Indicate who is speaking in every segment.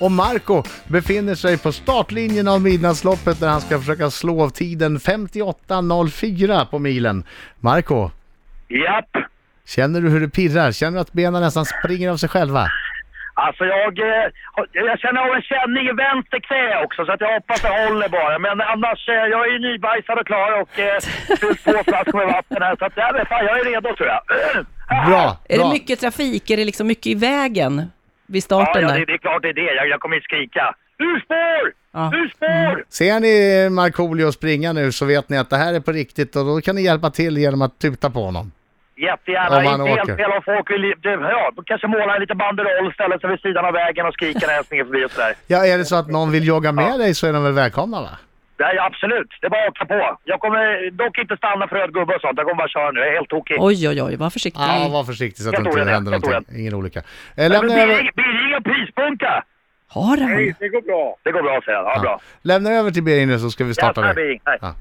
Speaker 1: Och Marco befinner sig på startlinjen av Midnattsloppet där han ska försöka slå av tiden 58.04 på milen. Marco,
Speaker 2: Japp.
Speaker 1: känner du hur det pirrar? Känner du att benen nästan springer av sig själva?
Speaker 2: Alltså jag, eh, har- jag känner av en känning i vänster knä också så att jag hoppas det håller bara. Men annars, eh, jag är ju nybajsad och klar och eh, fyllt på flaskor med vatten här. Så att, nej, men fan, jag är redo tror jag.
Speaker 1: Bra,
Speaker 3: Är det
Speaker 1: bra.
Speaker 3: mycket trafik? Är det liksom mycket i vägen vid
Speaker 2: Ja,
Speaker 3: starten
Speaker 2: ja det,
Speaker 3: där?
Speaker 2: det är klart det är det. Jag, jag kommer ju skrika. Urspår!
Speaker 3: Ja. Mm.
Speaker 2: Urspår!
Speaker 1: Ser ni Markoolio springa nu så vet ni att det här är på riktigt och då kan ni hjälpa till genom att tuta på honom.
Speaker 2: Jättegärna.
Speaker 1: Om han
Speaker 2: Inte
Speaker 1: åker.
Speaker 2: helt fel om folk vill... det- Ja, kanske måla en liten banderoll, ställa sig vid sidan av vägen och skrika när hälsningen förbi och sådär.
Speaker 1: Ja, är det så att någon vill jogga med dig så är de väl välkomna va?
Speaker 2: Nej, absolut. Det är bara att åka på. Jag kommer dock inte stanna för röd gubbe och sånt. Jag kommer bara köra nu. Jag är helt tokig.
Speaker 3: Oj, oj, oj, var försiktig.
Speaker 1: Ja, var försiktig så att det
Speaker 2: Mm. Jag tror
Speaker 1: inte
Speaker 2: det,
Speaker 1: händer
Speaker 2: jag tror
Speaker 1: någonting. Ingen olycka. Eh, Lämnar över,
Speaker 2: Birging och pyspunka!
Speaker 3: Har han?
Speaker 2: det går bra. Det går bra, säger han. Ja, bra.
Speaker 1: lämnar över till Birger nu så ska vi starta
Speaker 2: Jaså,
Speaker 1: dig.
Speaker 2: Birging. Hej.
Speaker 1: Ja.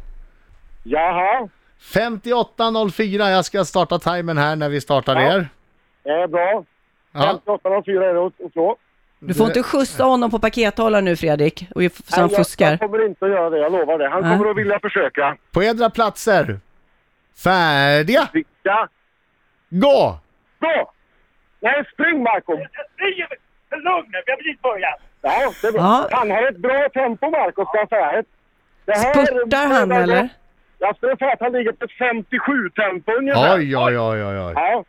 Speaker 4: Jaha,
Speaker 1: 58.04, jag ska starta timern här när vi startar er.
Speaker 4: det är bra.
Speaker 1: Ja.
Speaker 4: 58.04 är det att- att slå.
Speaker 3: Du får inte skjutsa honom på pakethållaren nu Fredrik, och så han
Speaker 4: Nej, jag-
Speaker 3: fuskar.
Speaker 4: Jag kommer inte att göra det, jag lovar det. Han
Speaker 3: Nej.
Speaker 4: kommer att vilja försöka.
Speaker 1: På edra platser. Färdiga,
Speaker 4: Vicka,
Speaker 1: gå!
Speaker 4: gå! Nej, spring Marco!
Speaker 2: Lugn nu, vi har precis börjat.
Speaker 4: Ja, det är bra.
Speaker 3: Ja.
Speaker 4: Han har ett bra tempo Marco, ska jag säga. Ett- Det här-
Speaker 3: Spurtar han
Speaker 4: det här-
Speaker 3: eller?
Speaker 4: Jag skulle säga att han ligger på ett 57-tempo ungefär.
Speaker 1: Oj, oj, oj, oj, oj.
Speaker 4: Ja,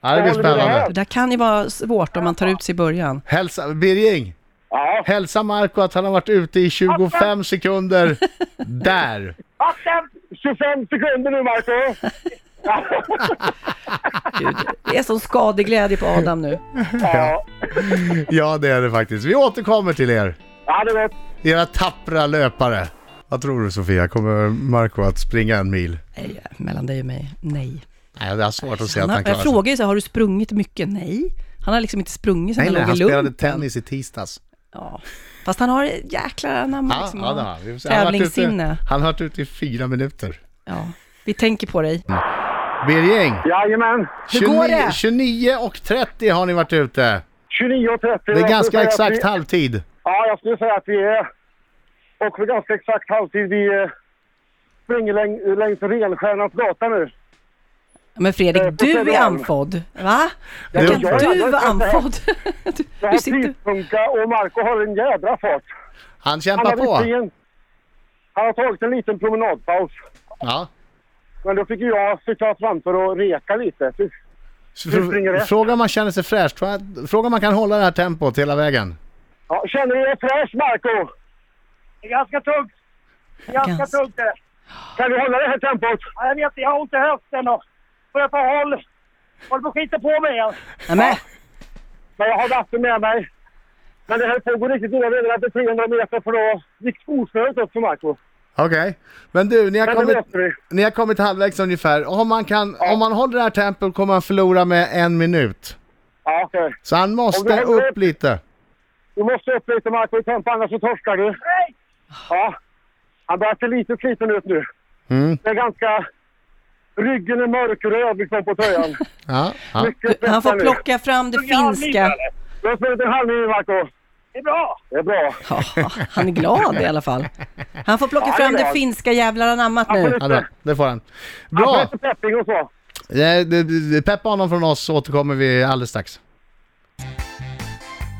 Speaker 1: Ja, det blir spännande.
Speaker 3: Det där kan ju vara svårt om man tar ut sig i början.
Speaker 1: Hälsa, Birging,
Speaker 4: ja.
Speaker 1: hälsa Marco att han har varit ute i 25 sekunder. Där!
Speaker 4: 25 sekunder nu Marco!
Speaker 3: Gud, det är sån skadeglädje på Adam nu.
Speaker 4: Ja,
Speaker 1: Ja, det är det faktiskt. Vi återkommer till er.
Speaker 4: ja det vet
Speaker 1: Era tappra löpare. Vad tror du Sofia, kommer Marco att springa en mil?
Speaker 3: Nej, mellan dig och mig, nej.
Speaker 1: Nej, det är svårt att se
Speaker 3: Han
Speaker 1: att
Speaker 3: har,
Speaker 1: han klarar
Speaker 3: jag
Speaker 1: sig.
Speaker 3: frågade ju så här, har du sprungit mycket? Nej. Han har liksom inte sprungit sen
Speaker 1: Nej, nej,
Speaker 3: han
Speaker 1: han
Speaker 3: låg i
Speaker 1: spelade
Speaker 3: lumpen.
Speaker 1: tennis i tisdags.
Speaker 3: Ja. Fast han har jäkla namn
Speaker 1: Ja,
Speaker 3: liksom.
Speaker 1: ja, det har
Speaker 3: har
Speaker 1: han. Vi får se. Han har varit ute-
Speaker 3: tävlingssinne.
Speaker 1: Han har varit ute i fyra minuter.
Speaker 3: Ja. Vi tänker på dig.
Speaker 1: Birging,
Speaker 4: Jajamän.
Speaker 3: Hur går det?
Speaker 1: 29 och 30 har ni varit ute.
Speaker 4: 29.30.
Speaker 1: Det är
Speaker 4: Jag
Speaker 1: ganska
Speaker 4: skulle säga att
Speaker 1: exakt
Speaker 4: vi-
Speaker 1: halvtid.
Speaker 4: Ja, jag skulle säga att vi är... Och för ganska exakt halvtid, vi eh, springer läng- längs Renstjärnans gata nu.
Speaker 3: Men
Speaker 4: Eh,
Speaker 3: Fredrik,
Speaker 4: på
Speaker 3: du är
Speaker 4: Södermalm.
Speaker 3: anfodd. Va?
Speaker 1: Det-
Speaker 3: Kan
Speaker 4: jag- jag-
Speaker 3: du
Speaker 4: jag-
Speaker 3: vara anfodd? Du,
Speaker 4: Det
Speaker 3: du
Speaker 4: här
Speaker 3: sitter...
Speaker 4: tidspunka och Marco har en jädra fart.
Speaker 1: Han
Speaker 4: Han
Speaker 1: kämpar
Speaker 4: har,
Speaker 1: på.
Speaker 4: visserligen- han har tagit en liten promenadpaus.
Speaker 1: Ja.
Speaker 4: Men då fick ju jag cykla framför och reka lite. Fy-
Speaker 1: Fr-
Speaker 4: springer det?
Speaker 1: Fråga om man känner sig fräsch. Tror jag- Fråga om man kan hålla det här tempot hela vägen.
Speaker 4: Ja, känner du dig fräsch Marco?
Speaker 2: Det är ganska tungt. Det är ganska
Speaker 3: Ganska.
Speaker 2: tungt det.
Speaker 4: Kan du hålla det här tempot?
Speaker 2: Ja, jag vet, jag har ont i höften och börjar ta håll. Håller på att skita på mig igen.
Speaker 3: Nej, men,
Speaker 4: Men jag har vatten med mig. Men det höll på att gå riktigt illa. Vi hade 300 meter för då gick skosnöret upp för Marco.
Speaker 1: Okej. Men du, ni har,
Speaker 4: Men det
Speaker 1: kommit,
Speaker 4: löser vi.
Speaker 1: ni har kommit halvvägs ungefär. Om man, kan, om man håller det här tempot kommer man förlora med en minut.
Speaker 4: Ja, okej.
Speaker 1: Så han
Speaker 4: Om du
Speaker 1: måste
Speaker 4: hänger
Speaker 1: upp
Speaker 4: upp-
Speaker 1: lite.
Speaker 4: Du måste upp lite Marco i tempo annars så torskar du. Nej! Ja. Han börjar se lite sliten ut nu.
Speaker 1: Mm.
Speaker 4: Det är ganska... Ryggen är mörkröd liksom på tröjan.
Speaker 1: Ja, ja.
Speaker 4: Mycket
Speaker 3: han får
Speaker 4: svett nu.
Speaker 3: plocka fram det finska.
Speaker 4: Du har sprungit en halv mil Marco.
Speaker 2: Det är bra.
Speaker 4: Det är bra.
Speaker 3: Ja, han är glad i alla fall. Han får plocka
Speaker 4: Ja,
Speaker 3: fram
Speaker 4: det är
Speaker 3: det
Speaker 4: bra.
Speaker 3: finska jävlar anammat nu.
Speaker 4: får-
Speaker 1: ja det, det får han.
Speaker 4: Han får
Speaker 1: Bra!
Speaker 4: lite pepping och så.
Speaker 1: Nej, det- det- det- Peppa honom från oss så återkommer vi alldeles strax.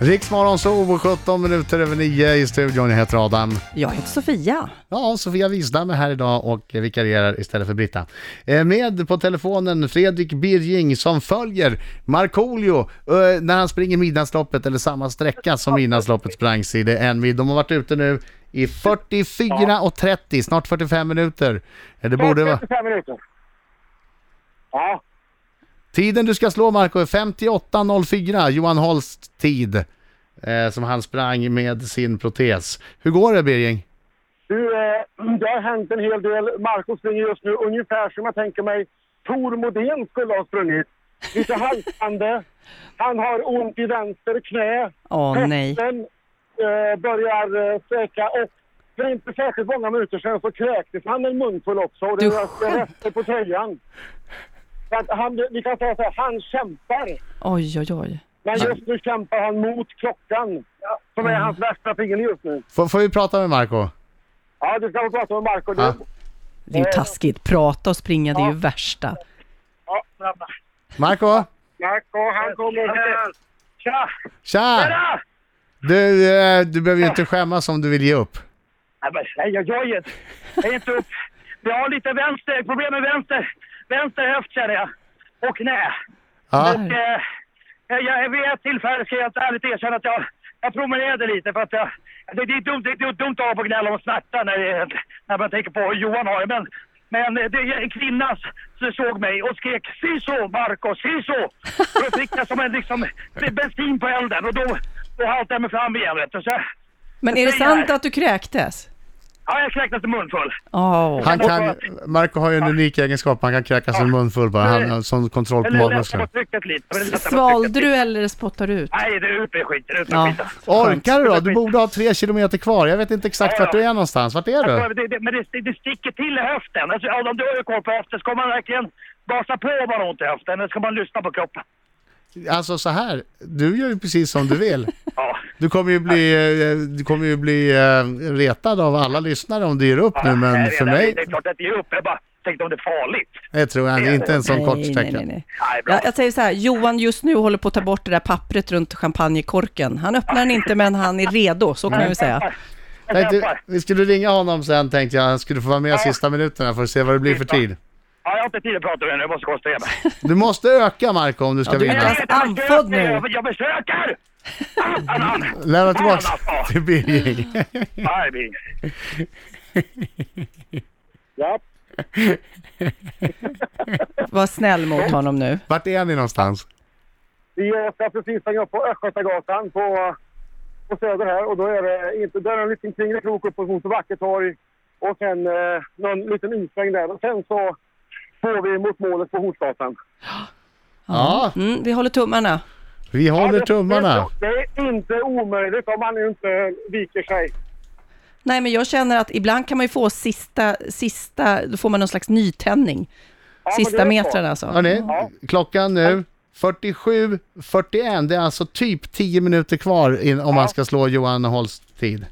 Speaker 1: Riksmorgon så 17 minuter över 9 i studion. Jag heter Adam.
Speaker 3: Jag heter Sofia.
Speaker 1: Ja, Sofia Wistam är här idag och vikarierar istället för Britta. Eh, Med på telefonen Fredrik Birging som följer Markoolio eh, när han springer Midnattsloppet eller samma sträcka som Midnattsloppet sprangs i. Det är en mil. De har varit ute nu i 44 och 30, snart 45 minuter. Eh, Det borde vara...
Speaker 4: 35 minuter. Ja.
Speaker 1: Tiden du ska slå Marco är 58.04, Johan Holsts tid. Eh, som han sprang med sin protes. Hur går det Birging?
Speaker 4: Du, eh, det har hänt en hel del. Marco springer just nu ungefär som jag tänker mig Tor Modén skulle ha sprungit. Lite haltande. Han har ont i vänster knä.
Speaker 3: Åh nej.
Speaker 4: Hästen eh, börjar eh, sträcka och för inte särskilt många minuter sedan så kräktes han en munfull också och det
Speaker 3: Du
Speaker 4: reste
Speaker 3: skämtar.
Speaker 4: rester på tröjan. Så att han, vi kan säga så här, han kämpar.
Speaker 3: Oj, oj, oj.
Speaker 5: Men just nu kämpar han mot klockan, som är hans värsta fiende just nu.
Speaker 1: Får, får vi prata med Marco?
Speaker 5: Ja, du ska få prata med Marco. Du.
Speaker 1: Ja.
Speaker 3: Det är
Speaker 4: Äh.
Speaker 3: ju taskigt. Prata och springa, det är ju värsta.
Speaker 5: Ja,
Speaker 1: Marco?
Speaker 5: Marco, han kommer här. Tja!
Speaker 1: Tja!
Speaker 5: Tjena!
Speaker 1: Du, eh, du behöver ju inte skämmas om du vill ge upp.
Speaker 5: Nej, men säg, jag gör ju inte.
Speaker 4: Jag är inte upp. Jag har lite vänster, problem med vänster, vänster höft känner jag. Och knä.
Speaker 1: Ja,
Speaker 4: Och, eh, jag, vid ett tillfälle ska jag helt ärligt erkänna att jag, jag promenerade lite för att jag, det, det, är dumt, det, är dumt att ha på gnälla om smärta när, det- när man tänker på hur Johan har det. Men, men det, en kvinna s- såg mig och skrek ”Siso, Marco, siso!” Och Då fick jag som en liksom, det- bensin på elden och då, då haltade jag mig fram igen. Vet du. Så, jag-
Speaker 3: Men är det sant att du kräktes?
Speaker 4: ja, jag kräktes i munfull.
Speaker 3: Åh.
Speaker 1: han kan, Marco har ju en unik egenskap, han kan kräkas en munfull bara. Han har en sån kontroll på
Speaker 4: Eller lättade på
Speaker 1: magmusklerna.
Speaker 4: trycket lite. men det lättade på
Speaker 3: Svalde
Speaker 4: trycket.
Speaker 3: du eller spottade du ut?
Speaker 4: Nej, det är ut med skiten, ut med
Speaker 3: Ja.
Speaker 4: skiten.
Speaker 1: Orkar du då? Du borde ha tre kilometer kvar. Jag vet inte exakt
Speaker 4: Ja, ja.
Speaker 1: vart du är någonstans. Vart är
Speaker 4: Alltså,
Speaker 1: du?
Speaker 4: det, det, men det, det sticker till i höften. Alltså, ja, om du har ju koll på höften, ska man verkligen gasa på om man har ont i höften eller ska man lyssna på kroppen?
Speaker 1: Alltså så här, du gör ju precis som du vill.
Speaker 4: Ja,
Speaker 1: Du kommer ju bli, eh, du kommer ju bli eh, retad av alla lyssnare om du ger upp nu,
Speaker 4: jag
Speaker 1: men
Speaker 4: vet,
Speaker 1: för
Speaker 4: jag vet,
Speaker 1: mig,
Speaker 4: Det är klart att jag ger upp. Jag bara tänkte om det är farligt.
Speaker 1: det tror jag inte en sån kort
Speaker 3: Nej, nej, nej,
Speaker 1: sträcka.
Speaker 3: nej.
Speaker 4: Nej, bra.
Speaker 3: Jag, jag säger så här, Johan just nu håller på att ta bort det där pappret runt champagnekorken. Han öppnar den inte, men han är redo, så kan jag ju säga.
Speaker 4: Jag
Speaker 1: Nej, du,
Speaker 4: kämpar.
Speaker 1: vi skulle ringa honom sen tänkte jag, han skulle få vara med sista minuterna för att se vad det blir för tid.
Speaker 4: Ja, jag har inte tid att prata med henne. Jag måste koncentrera mig.
Speaker 1: Du måste öka Marco om du ska
Speaker 3: Ja, du-
Speaker 4: Men
Speaker 1: vinna.
Speaker 4: jag
Speaker 3: Niklas,
Speaker 4: vet, jag försöker,
Speaker 3: andfådd nu.
Speaker 4: Jag, jag försöker! Attan!
Speaker 1: Lämna tillbaks
Speaker 4: Fan, alltså.
Speaker 1: till Birging.
Speaker 4: Nej, det är inget.
Speaker 5: Ja.
Speaker 3: Var snäll
Speaker 4: Mm.
Speaker 3: mot honom nu.
Speaker 1: Vart är ni någonstans?
Speaker 5: Vi ska precis stänga upp på Östgötagatan på, på Söder här och då är det inte, där är en liten kringlig krok uppåt mot Vackertorg och sen eh, någon liten insväng där och sen så får vi mot målet på Hornsgatan.
Speaker 1: Ja,
Speaker 3: Mm, vi håller tummarna.
Speaker 1: vi håller
Speaker 5: Ja, det-
Speaker 1: tummarna.
Speaker 5: Det är inte omöjligt om man inte viker sig.
Speaker 3: Nej, men jag känner att ibland kan man ju få sista, sista, då får man någon slags nytändning.
Speaker 5: men det
Speaker 3: Sista
Speaker 5: är så.
Speaker 3: metrarna alltså.
Speaker 1: Hörrni, klockan nu 47.41. Det är alltså typ 10 minuter kvar in, om man ska slå Johan Holsts tid.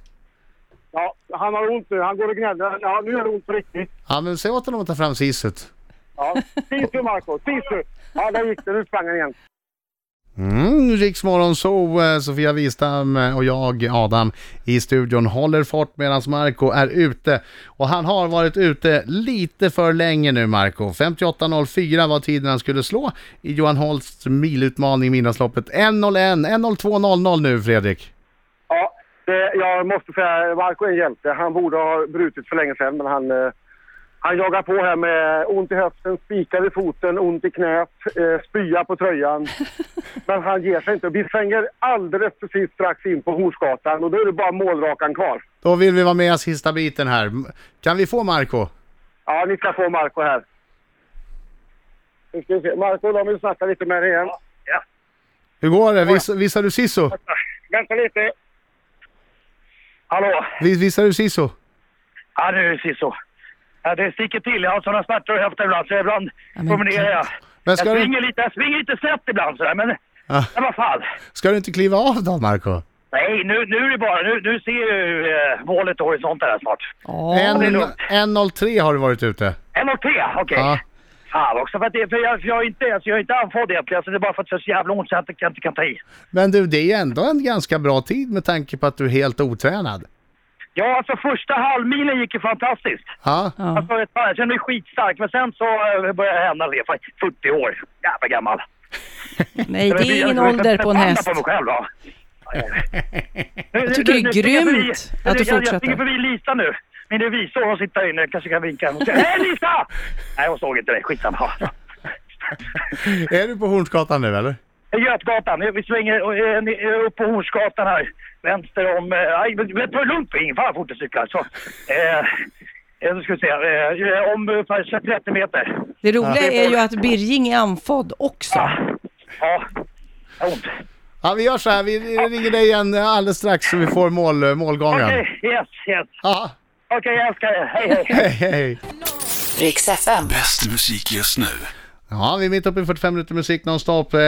Speaker 5: Ja, han har ont nu. Han går och gnäller. Ja, nu är det ont på riktigt.
Speaker 1: Ja, men säg åt honom att ta fram siset.
Speaker 5: Ja. Sisu, Marco. Sisu! Ja, där gick det. Nu sprang han igen.
Speaker 1: Mm, Riksmorgon så eh, Sofia Wistam eh, och jag, Adam, i studion håller fart medan Marco är ute. Och han har varit ute lite för länge nu, Marco. 58.04 var tiden han skulle slå i Johan Holsts milutmaning i Midnattsloppet. 1.01, 1.02.00 nu, Fredrik.
Speaker 5: Ja, det, jag måste säga Marco är en hjälte. Han borde ha brutit för länge sedan, men han, eh, han jagar på här med ont i höften, spikar i foten, ont i knät, eh, spya på tröjan. Men han ger sig inte. Vi svänger alldeles precis strax in på Horsgatan och då är det bara målrakan kvar.
Speaker 1: Då vill vi vara med sista biten här. M- Kan vi få Marco?
Speaker 5: Ja, ni ska få Marco här. Nu ska vi se. Marco, de vill snacka lite med dig igen.
Speaker 4: Ja.
Speaker 1: Hur går det? Vis, visar du siso?
Speaker 5: Vänta lite.
Speaker 4: Hallå?
Speaker 1: Vis, visar du siso?
Speaker 4: Ja, nu är det siso. Ja, det sticker till. Jag har sådana smärtor i höften ibland, så ibland
Speaker 3: men
Speaker 4: promenerar jag.
Speaker 1: Men
Speaker 4: Jag
Speaker 1: ska
Speaker 4: svänger
Speaker 1: du,
Speaker 4: lite, jag svänger lite snett ibland sådär, men...
Speaker 1: Ja.
Speaker 4: Men vad fan.
Speaker 1: ska du inte kliva av då, Marco?
Speaker 4: Nej, nu, nu är det bara... Nu, nu ser jag ju eh, målet och horisonten här snart.
Speaker 3: Ja,
Speaker 1: En-
Speaker 4: det är lugnt.
Speaker 1: 1.03 har du varit ute.
Speaker 4: En och tre, okej.
Speaker 1: Ja.
Speaker 4: Fan också, för, att det, för, jag, för jag är inte, alltså, jag är inte andfådd egentligen. Alltså, det är bara för att det är så jävla ont så jag inte, jag inte kan ta i.
Speaker 1: Men du, det är ju ändå en ganska bra tid med tanke på att du är helt otränad.
Speaker 4: Ja, alltså första halvmilen gick ju fantastiskt.
Speaker 1: Ja,
Speaker 3: ja.
Speaker 4: Alltså, vet fan, jag kände mig skitstark, men sen så eh, började jag hända det. Fan, 40 år, jävla gammal.
Speaker 3: Nej,
Speaker 4: Jag
Speaker 3: det
Speaker 4: vet inte,
Speaker 3: är
Speaker 4: jag-
Speaker 3: ingen
Speaker 4: jag- jag-
Speaker 3: ålder på en
Speaker 4: jag- jag-
Speaker 3: häst.
Speaker 4: Jag på mig själv, ja.
Speaker 3: Jag tycker det
Speaker 4: Nu-
Speaker 3: är
Speaker 4: nu- nu- jag-
Speaker 3: grymt
Speaker 4: jag-
Speaker 3: att du
Speaker 4: jag- Jag
Speaker 3: fortsätter.
Speaker 4: springer förbi Lisa nu. Min revisor, hon sitter här inne. Jag kanske kan vinka. Hon säger Hej Lisa! Nej, hon såg inte det. Skitsamma.
Speaker 1: är du på Hornsgatan nu eller?
Speaker 4: Götgatan. Vi svänger eh, ni- eh, upp på Hornsgatan här. Vänster om... eh, Aj, men men ta det lugnt Bing. Fan vad fort du cyklar. Så. Eh, eh, nu ska vi se. Eh, om ungefär 30 meter.
Speaker 3: Det roliga är ju att Birging är andfådd också.
Speaker 4: Ja. Ja, ont.
Speaker 1: Ja, vi gör så här. Vi ringer dig igen alldeles strax så vi får mål, målgången.
Speaker 4: Okej, Eh, yes, yes.
Speaker 1: Ja,
Speaker 4: Okej, jag älskar er. Hej, hej.
Speaker 1: hej, hej.
Speaker 6: Riks FM.
Speaker 7: Bäst musik just nu.
Speaker 1: Ja, vi är mitt uppe i 45 minuter musik nonstop, eh,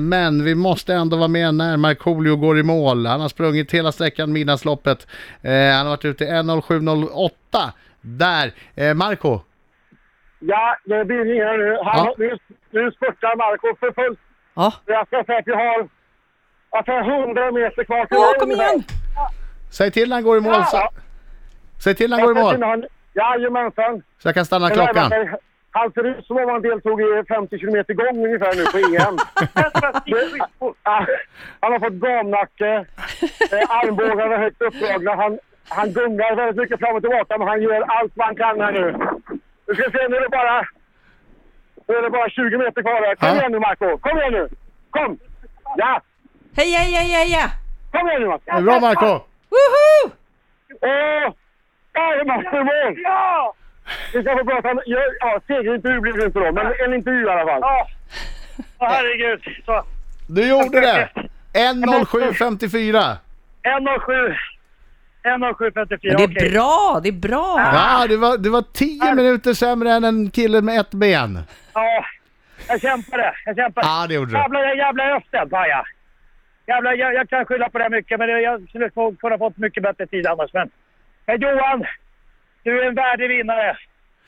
Speaker 1: men vi måste ändå vara med när Markoolio går i mål. Han har sprungit hela sträckan Midnattsloppet. Eh, Han har varit ute i 1.07.08. Där! Eh, Marco,
Speaker 5: Ja, det blir inget här nu. Han,
Speaker 1: Ja.
Speaker 5: nu. Nu spurtar Marco för fullt.
Speaker 3: Ja.
Speaker 5: Jag ska säga att vi har... Att det är 100 meter kvar till
Speaker 3: Åh,
Speaker 5: mål.
Speaker 3: kom igen!
Speaker 1: säg till när han går i mål. Så...
Speaker 5: Ja.
Speaker 1: Säg till när han
Speaker 5: Jag
Speaker 1: går i
Speaker 5: ska
Speaker 1: mål,
Speaker 5: kunna ha en- Jajamensan.
Speaker 1: så jag kan stanna klockan.
Speaker 5: Han ser ut som om han deltog i 50 kilometer gång ungefär nu på EM. Ah, han har fått gamnacke, eh, armbågarna är högt uppdragna. Han, han gungar väldigt mycket fram och tillbaka men han gör allt vad han kan här nu. Nu ska vi se, nu är det bara, nu är det bara 20 meter kvar här. Kom
Speaker 1: Ja.
Speaker 5: igen nu Marco, kom igen nu! Kom! Ja!
Speaker 3: Hej, hej, hej, hej, hej!
Speaker 5: Kom igen nu Marco!
Speaker 1: Bra Marco!
Speaker 3: Woho!
Speaker 5: Åh! Där är Marco i mål! Ja! Vi ska få prata om... Ja, ja, segerintervju blir det inte då, men en intervju i alla fall.
Speaker 4: Ja. Åh, herregud. Så.
Speaker 1: Du gjorde det! 1.07.54.
Speaker 4: 1.07. 1.07.54.
Speaker 3: Men det
Speaker 4: okej.
Speaker 3: är bra, det är bra!
Speaker 1: Ja, det var, det var 10 minuter sämre än en kille med ett ben.
Speaker 4: Ja, jag kämpade. Jag kämpade.
Speaker 1: Ja, det gjorde du.
Speaker 4: Jävla, jävla höften, pajade jag. Jävla, jag, jag kan skylla på det mycket, men det- jag skulle få- kunna fått mycket bättre tid annars. Men. Men Johan, du är en värdig vinnare.